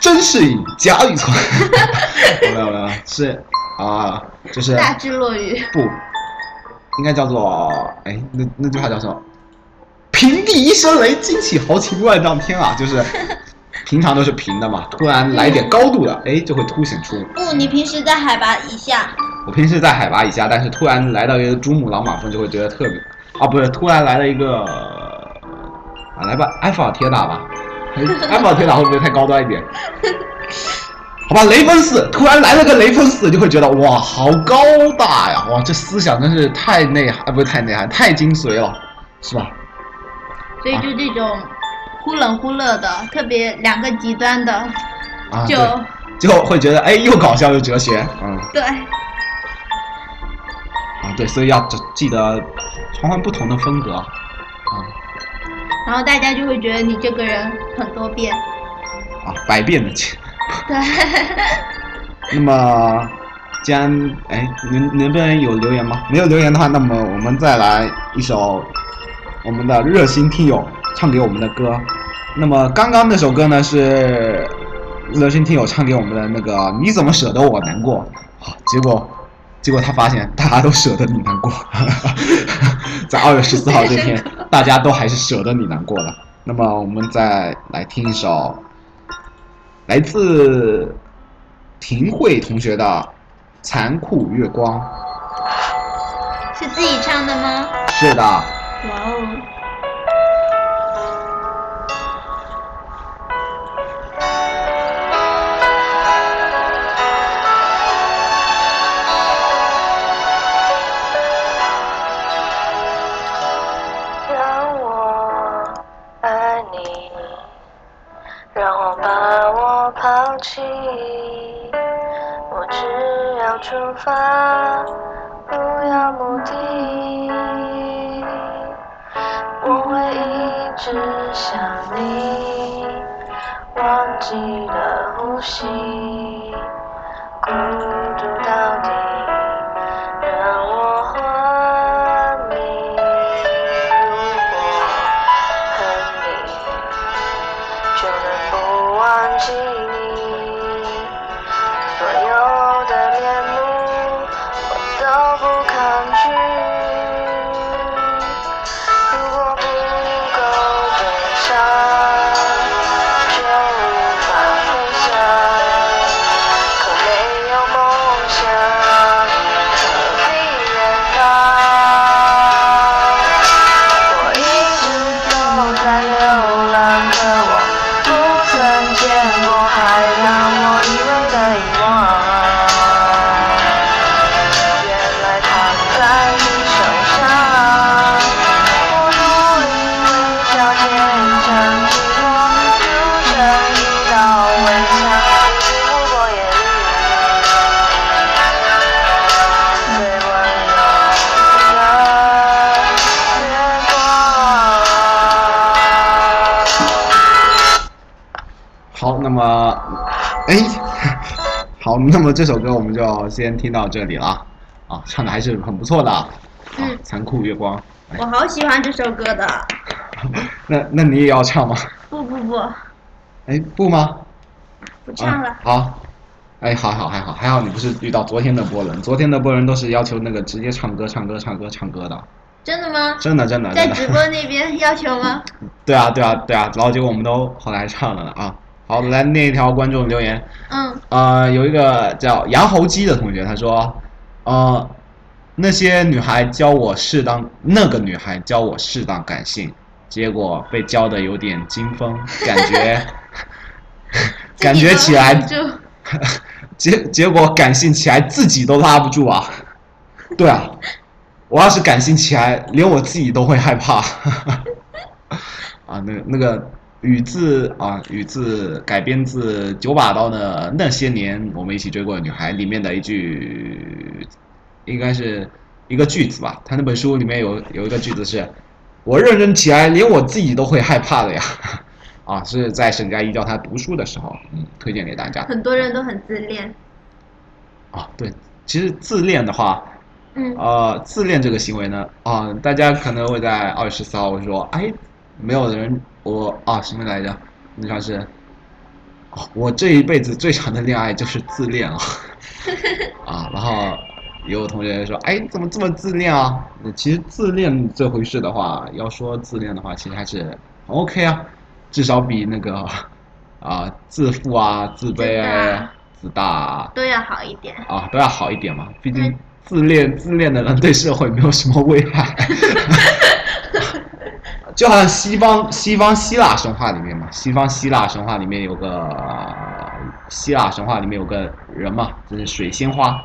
真是以假与错。 没有没有，是啊、就是大智若愚。不，应该叫做哎，那那句话叫什么？平地一声雷，惊起豪情万丈天啊！就是平常都是平的嘛，突然来点高度的，哎，就会凸显出不，你平时在海拔以下，我平时在海拔以下，但是突然来到一个珠穆朗玛峰，就会觉得特别啊，不是，突然来了一个啊，来吧，埃菲尔铁塔吧，还是埃菲尔铁塔会不会太高端一点？好吧，雷锋寺突然来了个雷锋寺，就会觉得哇，好高大呀！哇，这思想真是太内涵，啊，不是太内涵，太精髓了，是吧？所以就这种忽冷忽热的，特别两个极端的，啊，就对就会觉得哎，又搞笑又哲学，嗯。对啊，对，所以要记记得传换不同的风格啊。然后大家就会觉得你这个人很多变。啊，百变的情。对， 那么，既然哎，能能不能有留言吗？没有留言的话，那么我们再来一首我们的热心听友唱给我们的歌。那么刚刚那首歌呢是热心听友唱给我们的那个“你怎么舍得我难过”，啊，结果结果他发现大家都舍得你难过， 在二月十四号这天，大家都还是舍得你难过的。那么我们再来听一首来自庭慧同学的《残酷月光是自己唱的吗？》。是的，哇哦，让我爱你，让我把我抛弃，我只要出发，不要目的。我会一直想你，忘记了呼吸，孤独到底，让我昏迷。如果恨你，就能不忘记你。所有的面目我都不抗拒。如果不够悲伤，就无法飞翔。可没有梦想，何必远方？我一直都在流浪，可我不曾见过海洋，我以为的遗忘，原来躺在你手上。我故意微笑坚强，寂寞筑成一道围墙，只不过夜里最温柔的。月光。好，那么，哎， 好，那么这首歌我们就先听到这里了，啊，唱的还是很不错的，啊，嗯残酷月光， 哎我好喜欢这首歌的。那那你也要唱吗？不不不，哎，不吗？不唱了啊。。好，哎，好好还好还好，你不是遇到昨天的波人，昨天的波人都是要求那个直接唱歌唱歌唱歌唱歌的，真的吗？真的真的在真的。直播那边要 求吗？对啊对啊对啊，然后结果我们都后来还唱了呢啊。好，来念一条观众留言，嗯，呃，有一个叫杨侯基的同学，他说，呃，那些女孩教我适当，那个女孩教我适当感性，结果被教的有点惊风，感觉， 感觉起来自己都忍不住结结果感性起来自己都拉不住啊！对啊，我要是感兴趣，还连我自己都会害怕。啊，那个那个语字啊，语字改编自九把刀的《那些年我们一起追过的女孩》里面的一句，应该是一个句子吧。他那本书里面有有一个句子是：“我认真起来，连我自己都会害怕的呀。” 啊，是在沈佳宜教他读书的时候，嗯，推荐给大家。很多人都很自恋。啊，对，其实自恋的话，嗯，呃，自恋这个行为呢，啊、大家可能会在二十四号会说，哎，没有人，我啊什么来着？那像是，哦我这一辈子最长的恋爱就是自恋 啊，啊，然后也有同学说，哎，怎么这么自恋啊？其实自恋这回事的话，要说自恋的话，其实还是很 OK 啊，至少比那个啊自负啊、自卑啊、自大啊。都要好一点。啊，都要好一点嘛。毕竟嗯自恋自恋的人对社会没有什么危害，就好像西方西方希腊神话里面嘛，西方希腊神话里面有个呃希腊神话里面有个人嘛，就是水仙花。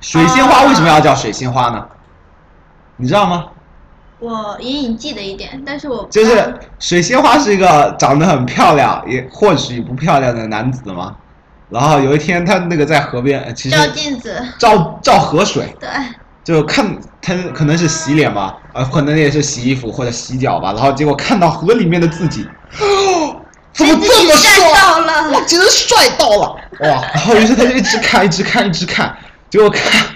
水仙花为什么要叫水仙花呢？你知道吗？我隐隐记得一点，但是我就是水仙花是一个长得很漂亮，也或许不漂亮的男子嘛。然后有一天，他那个在河边，呃其实啊照镜子，照照河水，对，就看他可能是洗脸吧，啊，可能也是洗衣服或者洗脚吧，然后结果看到河里面的自己， 怎么被自这己么帅到帅？了我觉得帅到了，哇！然后于是他就一直看，一直看，一直看，结果看，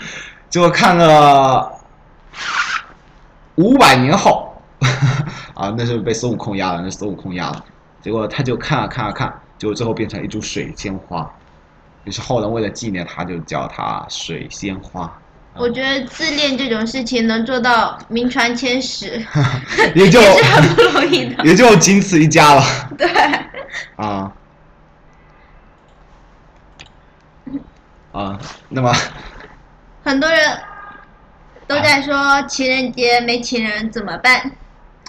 结果看了五百年后， 啊，那是被孙悟空压了，那是孙悟空压了。结果他就看啊看啊看，结果最后变成一株水仙花。于是后人为了纪念他，就叫他水仙花。我觉得自恋这种事情能做到名传千史， 也 就也是很不容易 的。也就仅此一家了对，啊啊，那么很多人都在说情人节没情人怎么办？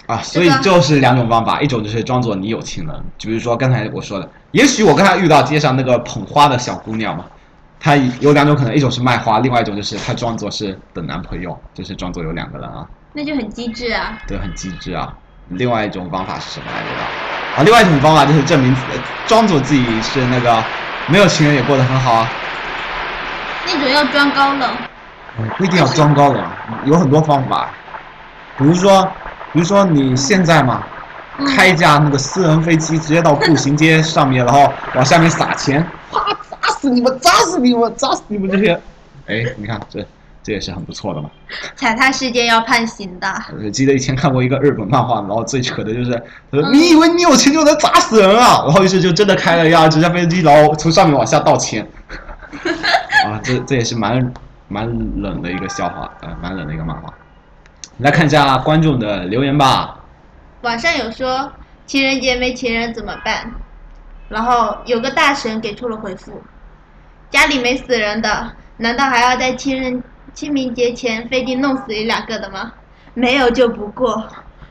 啊，所以就是两种方法，一种就是装作你有情人，就比如说刚才我说的，也许我刚才遇到街上那个捧花的小姑娘嘛，她有两种可能，一种是卖花，另外一种就是她装作是等男朋友，就是装作有两个人啊。那就很机智啊。对，很机智啊。另外一种方法是什么来着？啊，另外一种方法就是证明自，装作自己是那个没有情人也过得很好啊，那种要装高冷，呃不一定要装高冷，啊有很多方法。比如说，比如说你现在嘛，开一架那个私人飞机，直接到步行街上面，然后往下面撒钱，哗，砸死你们，砸死你们，砸死你们这些。哎，你看这这也是很不错的嘛。踩踏事件要判刑的。我记得以前看过一个日本漫画，然后最扯的就是，他说嗯你以为你有钱就能砸死人啊？然后于是就真的开了一架直升飞机，然后从上面往下倒钱。 啊，这这也是蛮蛮冷的一个笑话，呃，蛮冷的一个漫画。来看一下观众的留言吧。网上有说情人节没情人怎么办，然后有个大神给出了回复：家里没死人的，难道还要在情人清明节前非得弄死一两个的吗？没有就不过。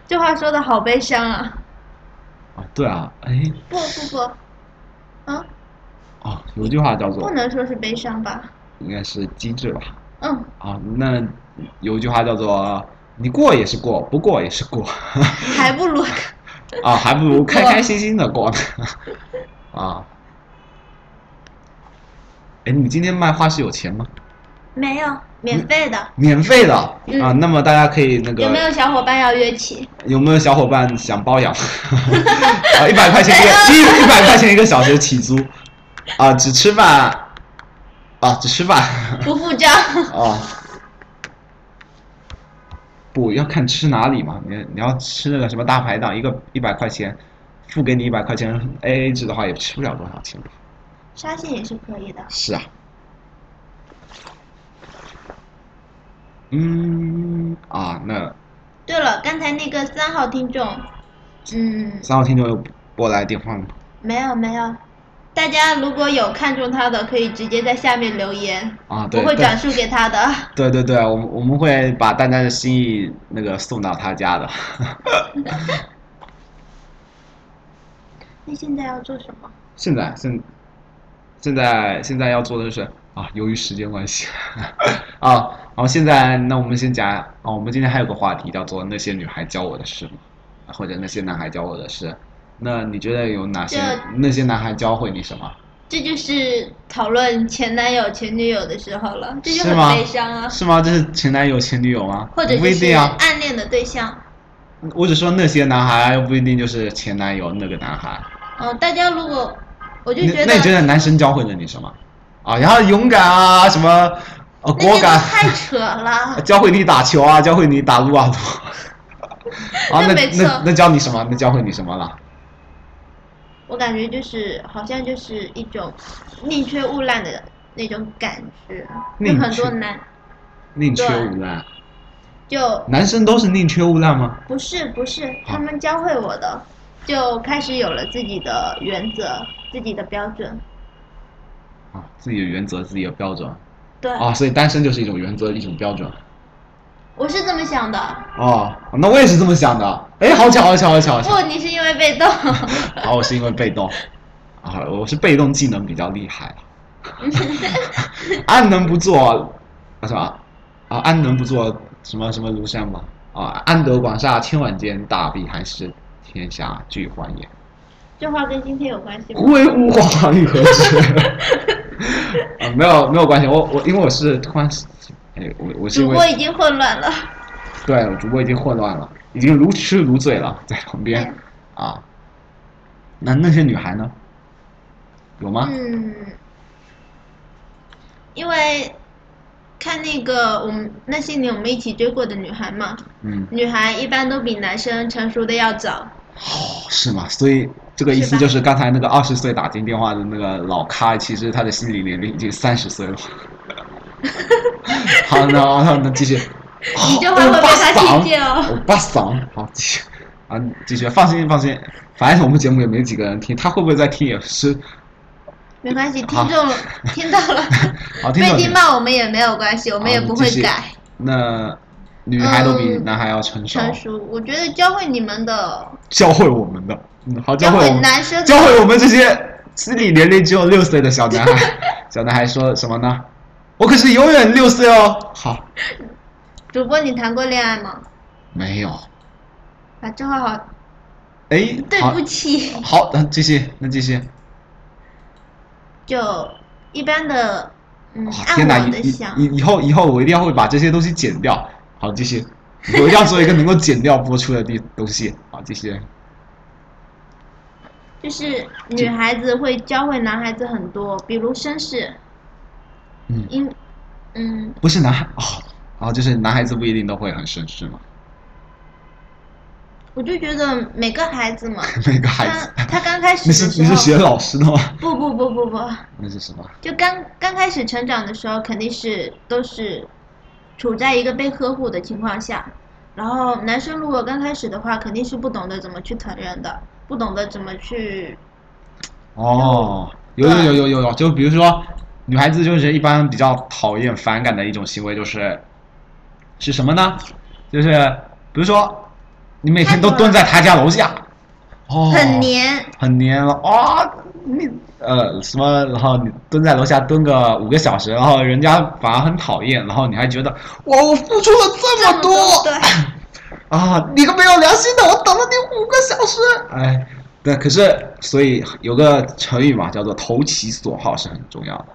这话说的好悲伤啊！啊，对啊，哎，不不不，嗯，哦，有一句话叫不做，能说是悲伤吧？应该是机智吧？嗯，啊，那有一句话叫做，你过也是过，不过也是过。还不如啊，还不如开开心心的过呢。啊，哎，你今天卖花是有钱吗？ 没有免费的。免费的啊，嗯那么大家可以那个有没有小伙伴要约起？有没有小伙伴想包养？ 啊，一百块钱一个一一百块钱一个小时起租，啊，只吃饭，啊，只吃饭，不付 账。啊。不要看吃哪里嘛，你你要吃那个什么大排档，一个一百块钱，付给你一百块钱 A A 制的话，也吃不了多少钱吧。沙县也是可以的。是啊。嗯啊，那对了，刚才那个三号听众，嗯，三号听众又拨来电话了吗？没有没有，大家如果有看中他的，可以直接在下面留言，啊，对我会对转述给他的。对对对，我们我们会把大家的心意那个送到他家的。 那现在要做什么？现在现现在现在要做的就是啊，由于时间关系 啊，然后现在那我们先讲啊，我们今天还有个话题叫做那些女孩教我的事嘛，或者那些男孩教我的事。那你觉得有哪些这那些男孩教会你什么？这就是讨论前男友、前女友的时候了，这就是很吗悲伤啊。是吗？这是前男友、前女友吗？或者不就一是定啊，暗恋的对象。我只说那些男孩，又不一定就是前男友那个男孩。哦，大家如果我就那觉得那你觉得男生教会了你什么？啊，然后勇敢啊，什么呃那果个敢，，太扯 了教会你打球啊，教会你打撸 啊撸。啊，那那没错那那教你什么？那教会你什么了？我感觉就是好像就是一种宁缺毋滥的那种感觉，有宁很缺多男宁缺对毋滥，就男生都是宁缺毋滥吗？不是不啊是，他们教会我的，就开始有了自己的原则、自己的标准。啊，自己的原则，自己的标准对，啊，所以单身就是一种原则，一种标准。我是这么想的。哦，那我也是这么想的。哎，好巧，好巧，好巧，好巧。不，你是因为被动。 然后我是因为被动，啊，我是被动技能比较 厉害，啊安能不做，啊什么啊，安能不做什么什么庐山嘛，啊，安得广厦千万间，大庇寒士天下俱欢 颜。这话跟今天有关系吗？挥舞黄粱与何止？啊，没有没有关系，我我因为我是突然，哎，我我是因主播为啊已经混乱了。对我主播已经混乱了，已经如痴如醉了，在旁边啊。那那些女孩呢？有吗？嗯，因为看那个我们那些年我们一起追过的女孩嘛，嗯，女孩一般都比男生成熟的要早。哦是吗？所以这个意是思吧就是刚才那个二十岁打进电话的那个老咖，其实他的心理年龄已经三十 岁了。好，那好那那继续。哦你这话会被他听见哦我八嗓，好继续啊，继续，放心放心，反正我们节目也没几个人听，他会不会在听也是， 没关系，好听众了，听到 了，好啊听被众听听骂我们也没有关系，我们也好不继会续改。那女孩都比嗯男孩要成熟，成熟，我觉得教会你们的，教会我们的，嗯，好教教会会我们男生的教会我们这些心理年龄只有六岁的小男孩。 小男孩说什么呢？我可是永远六岁哦。好，主播你谈过恋爱吗？没有。啊，这话好，哎，对好不，起，嗯好，那继续，那继续。就一般的，嗯哇，天哪，按我以的以想，以以后以后我一定要会把这些东西剪掉。好，继续，我一定要做一个能够剪掉播出的地东西。好，继续。就是女孩子会教会男孩子很多，比如绅士，嗯，因，嗯，不是男孩哦，哦，就是男孩子不一定都会很绅士嘛，我就觉得每个孩子嘛，每个孩他子。他刚开始你是的时你是学候，老师的吗？不不不不不，那是什么？就刚刚开始成长的时候，肯定是都是处在一个被呵护的情况下。然后男生如果刚开始的话，肯定是不懂得怎么去疼人的，不懂得怎么去，哦，有有有有有有，就比如说，女孩子就是一般比较讨厌、反感的一种行为，就是是什么呢？就是比如说，你每天都蹲在他家楼下，哦，很黏，很黏了哦，你呃什么，然后你蹲在楼下蹲个五个小时，然后人家反而很讨厌，然后你还觉得哇，我付出了这么这么多对啊，你个没有良心的，我等了你五个小时。哎，对，可是所以有个成语嘛，叫做投其所好是很重要的，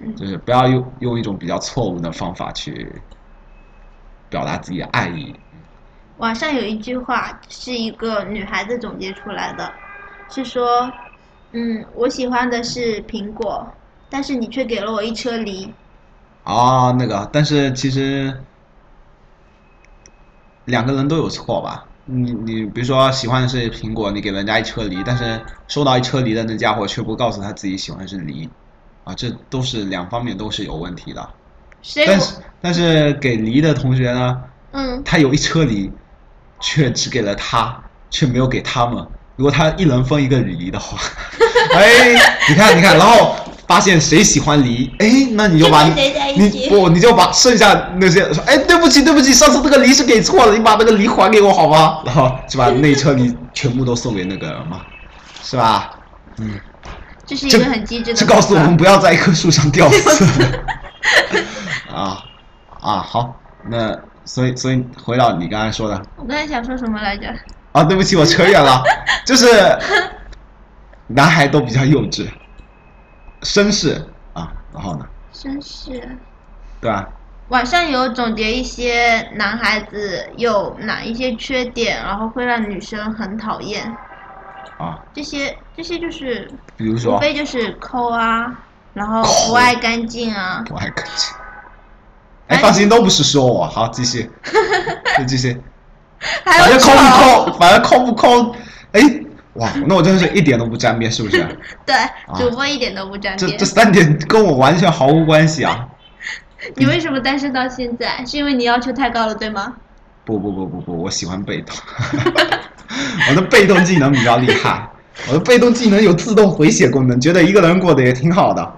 嗯就是不要用用一种比较错误的方法去表达自己的爱意。网上有一句话是一个女孩子总结出来的，是说，嗯，我喜欢的是苹果，但是你却给了我一车梨。啊，那个，但是其实两个人都有错吧？你你比如说喜欢的是苹果，你给人家一车梨，但是收到一车梨的那家伙却不告诉他自己喜欢是梨，啊，这都是两方面都是有问题的。谁但我是但是给梨的同学呢，嗯，他有一车梨，却只给了他，却没有给他们。如果他一人分一个梨的 话，哎，你看你看，然后发现谁喜欢梨，哎，那你就把就跟谁在一起你不你就把剩下那些说，哎，对不起对不起，上次那个梨是给错了，你把那个梨还给我好吗？然后就把那一车梨全部都送给那个人嘛，是吧？嗯，这是一这个很机智的。这告诉我们不要在一棵树上吊 死。啊啊，好，那所以所以回到你刚才说的我刚才想说什么来着？啊，对不起，我扯远 了，就是男孩都比较幼稚，绅士啊，然后呢，真是。对吧、网上有总结一些男孩子有哪一些缺点，然后会让女生很讨厌。啊，这些这些就是，比如无说非就是抠啊，然后抠不爱干净啊。我还客气。哎，放心，都不是说我。好，继 续，那继续。还反有正哎啊抠丑，不抠，反正抠不抠，哎，哇，那我真是一点都不沾边，是不 是？对，主播一点都不沾这啊边这。三点跟我完全毫无关系啊！你为什么单身到现在？是因为你要求太高了，对吗？不不不不不，我喜欢被动， 我的被动技能比较厉害，我的被动技能有自动回血功能，觉得一个人过得也挺好的。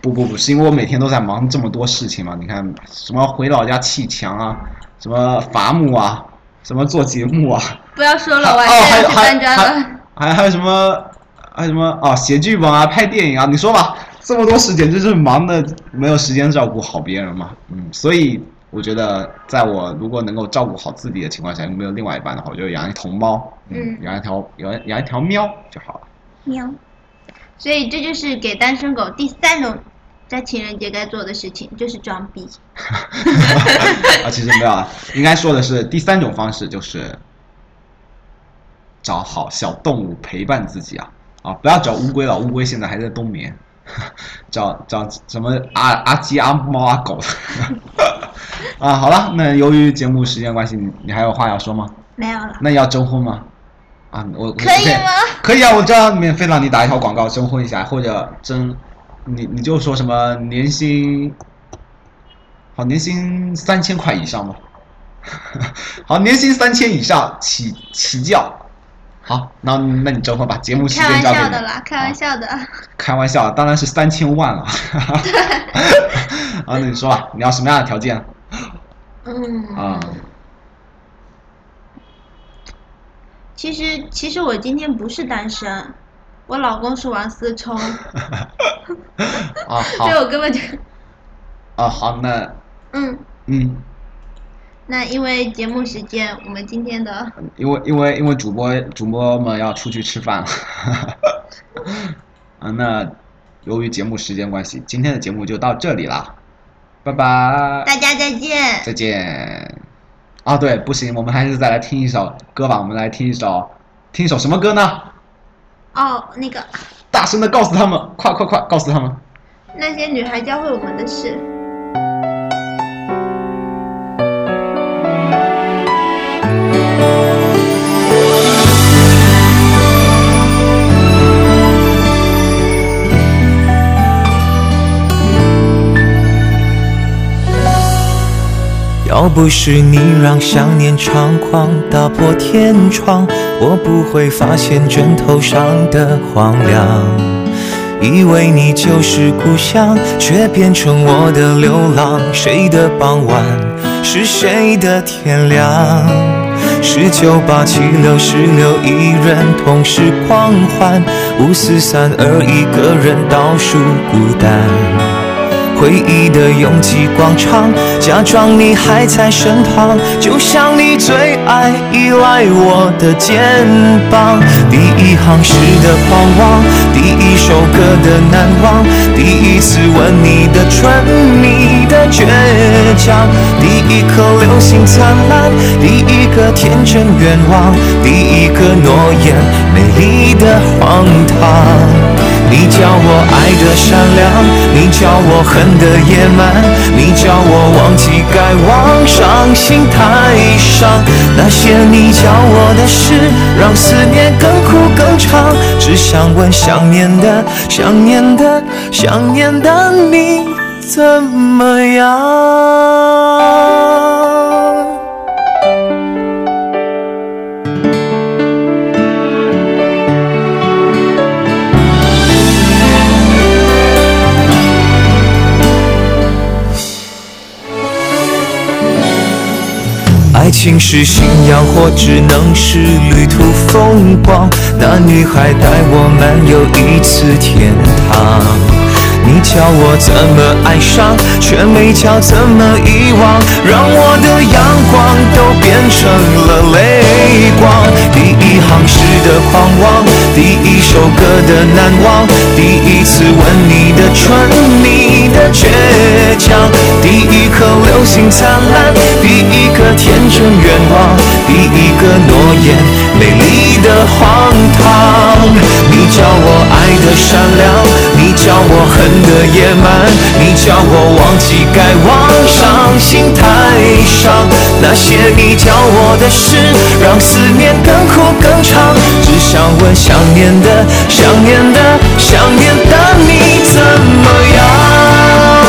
不不不，是因为我每天都在忙这么多事情嘛？你看什么回老家砌墙啊，什么伐木啊，什么做节目啊，不要说了，还哦我还还是有要去还搬砖了。还还有什么？还有什么？哦，写剧本啊，拍电影啊，你说吧，这么多事情，真是忙的没有时间照顾好别人嘛。嗯，所以我觉得，在我如果能够照顾好自己的情况下，没有另外一半的话，我就养一头猫，嗯养一条养养一条喵就好了。喵。所以这就是给单身狗第三种在情人节该做的事情，就是装逼。 啊，其实没有啊，应该说的是第三种方式就是找好小动物陪伴自己啊啊，不要找乌龟了，乌龟现在还在冬眠， 找找什么阿阿鸡、阿猫、阿狗 啊。好了，那由于节目时间关系，你你还有话要说吗？没有了，那要征婚吗？啊，我可以吗？可以啊，我这样免费让你打一条广告征婚一下，或者征，你你就说什么年薪，好年薪三千块以上吧， 好年薪三千以上起起叫，好，那那你征婚吧，节目时开间交玩给笑你啊的，啦，开玩笑的。开玩笑，当然是三千万 了，啊，那你说吧，你要什么样的条件啊？嗯，其实其实我今天不是单身，我老公是王思 聪，啊好所以我根本就 啊好，那嗯。嗯。那因为节目时间，我们今天的因为因为因为主播主播们要出去吃饭了， 啊，那由于节目时间关系，今天的节目就到这里啦，拜拜，大家再见。再见。啊，对，不行，我们还是再来听一首歌吧，我们来听一首，听一首什么歌呢？哦，那个大声的告诉他们，快快快，告诉他们。那些女孩教会我们的事。要不是你让想念猖狂打破天窗，我不会发现枕头上的荒凉。以为你就是故乡，却变成我的流浪。谁的傍晚是谁的天亮？十九八七六十六，一人同时狂欢。五四三二，一个人倒数孤单。回忆的拥挤广场，假装你还在身旁，就像你最爱依赖我的肩膀。第一行诗的狂妄，第一首歌的难忘，第一次吻你的唇，你的倔强，第一颗流星灿烂，第一个天真愿望，第一个诺言，美丽的荒唐。你教我爱的善良，你教我恨的野蛮，你教我忘记该忘，伤心太伤。那些你教我的事，让思念更苦更长。只想问想念的、想念的、想念的你怎么样？爱爱情是信仰，或只能是旅途风光。那女孩带我漫游一次天堂。你教我怎么爱上，却没教怎么遗忘，让我的阳光都变成了泪光。第一行诗的狂妄，第一首歌的难忘，第一次吻你的唇，你的倔强，第一颗流星灿烂，第一个天真愿望，第一个诺言，美丽的荒唐。你教我爱的善良，你教我恨的野蛮，你教我忘记该忘，伤心太伤。那些你教我的事，让思念更苦更长。只想问想念的、想念的、想念的你怎么样？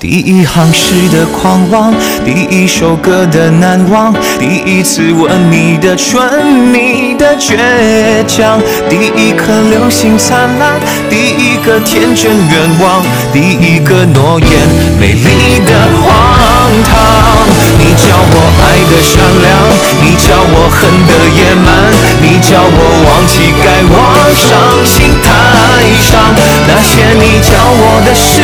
第一行诗的狂妄，第一首歌的难忘，第一次吻你的唇，你的倔强，第一颗流星灿烂，第一个天真愿望，第一个诺言，美丽的荒唐。你教我爱的善良，你教我恨的野蛮，你教我忘记该忘，伤心太伤。那些你教我的事，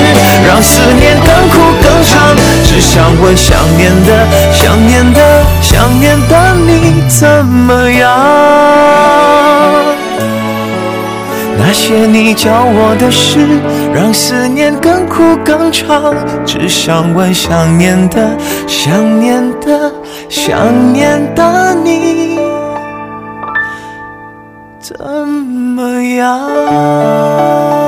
让思念更苦更长。只想问想念的、想念的、想念的你怎么样？那些你教我的事，让思念更苦更长。只想问想念的、想念的、想念的你怎么样？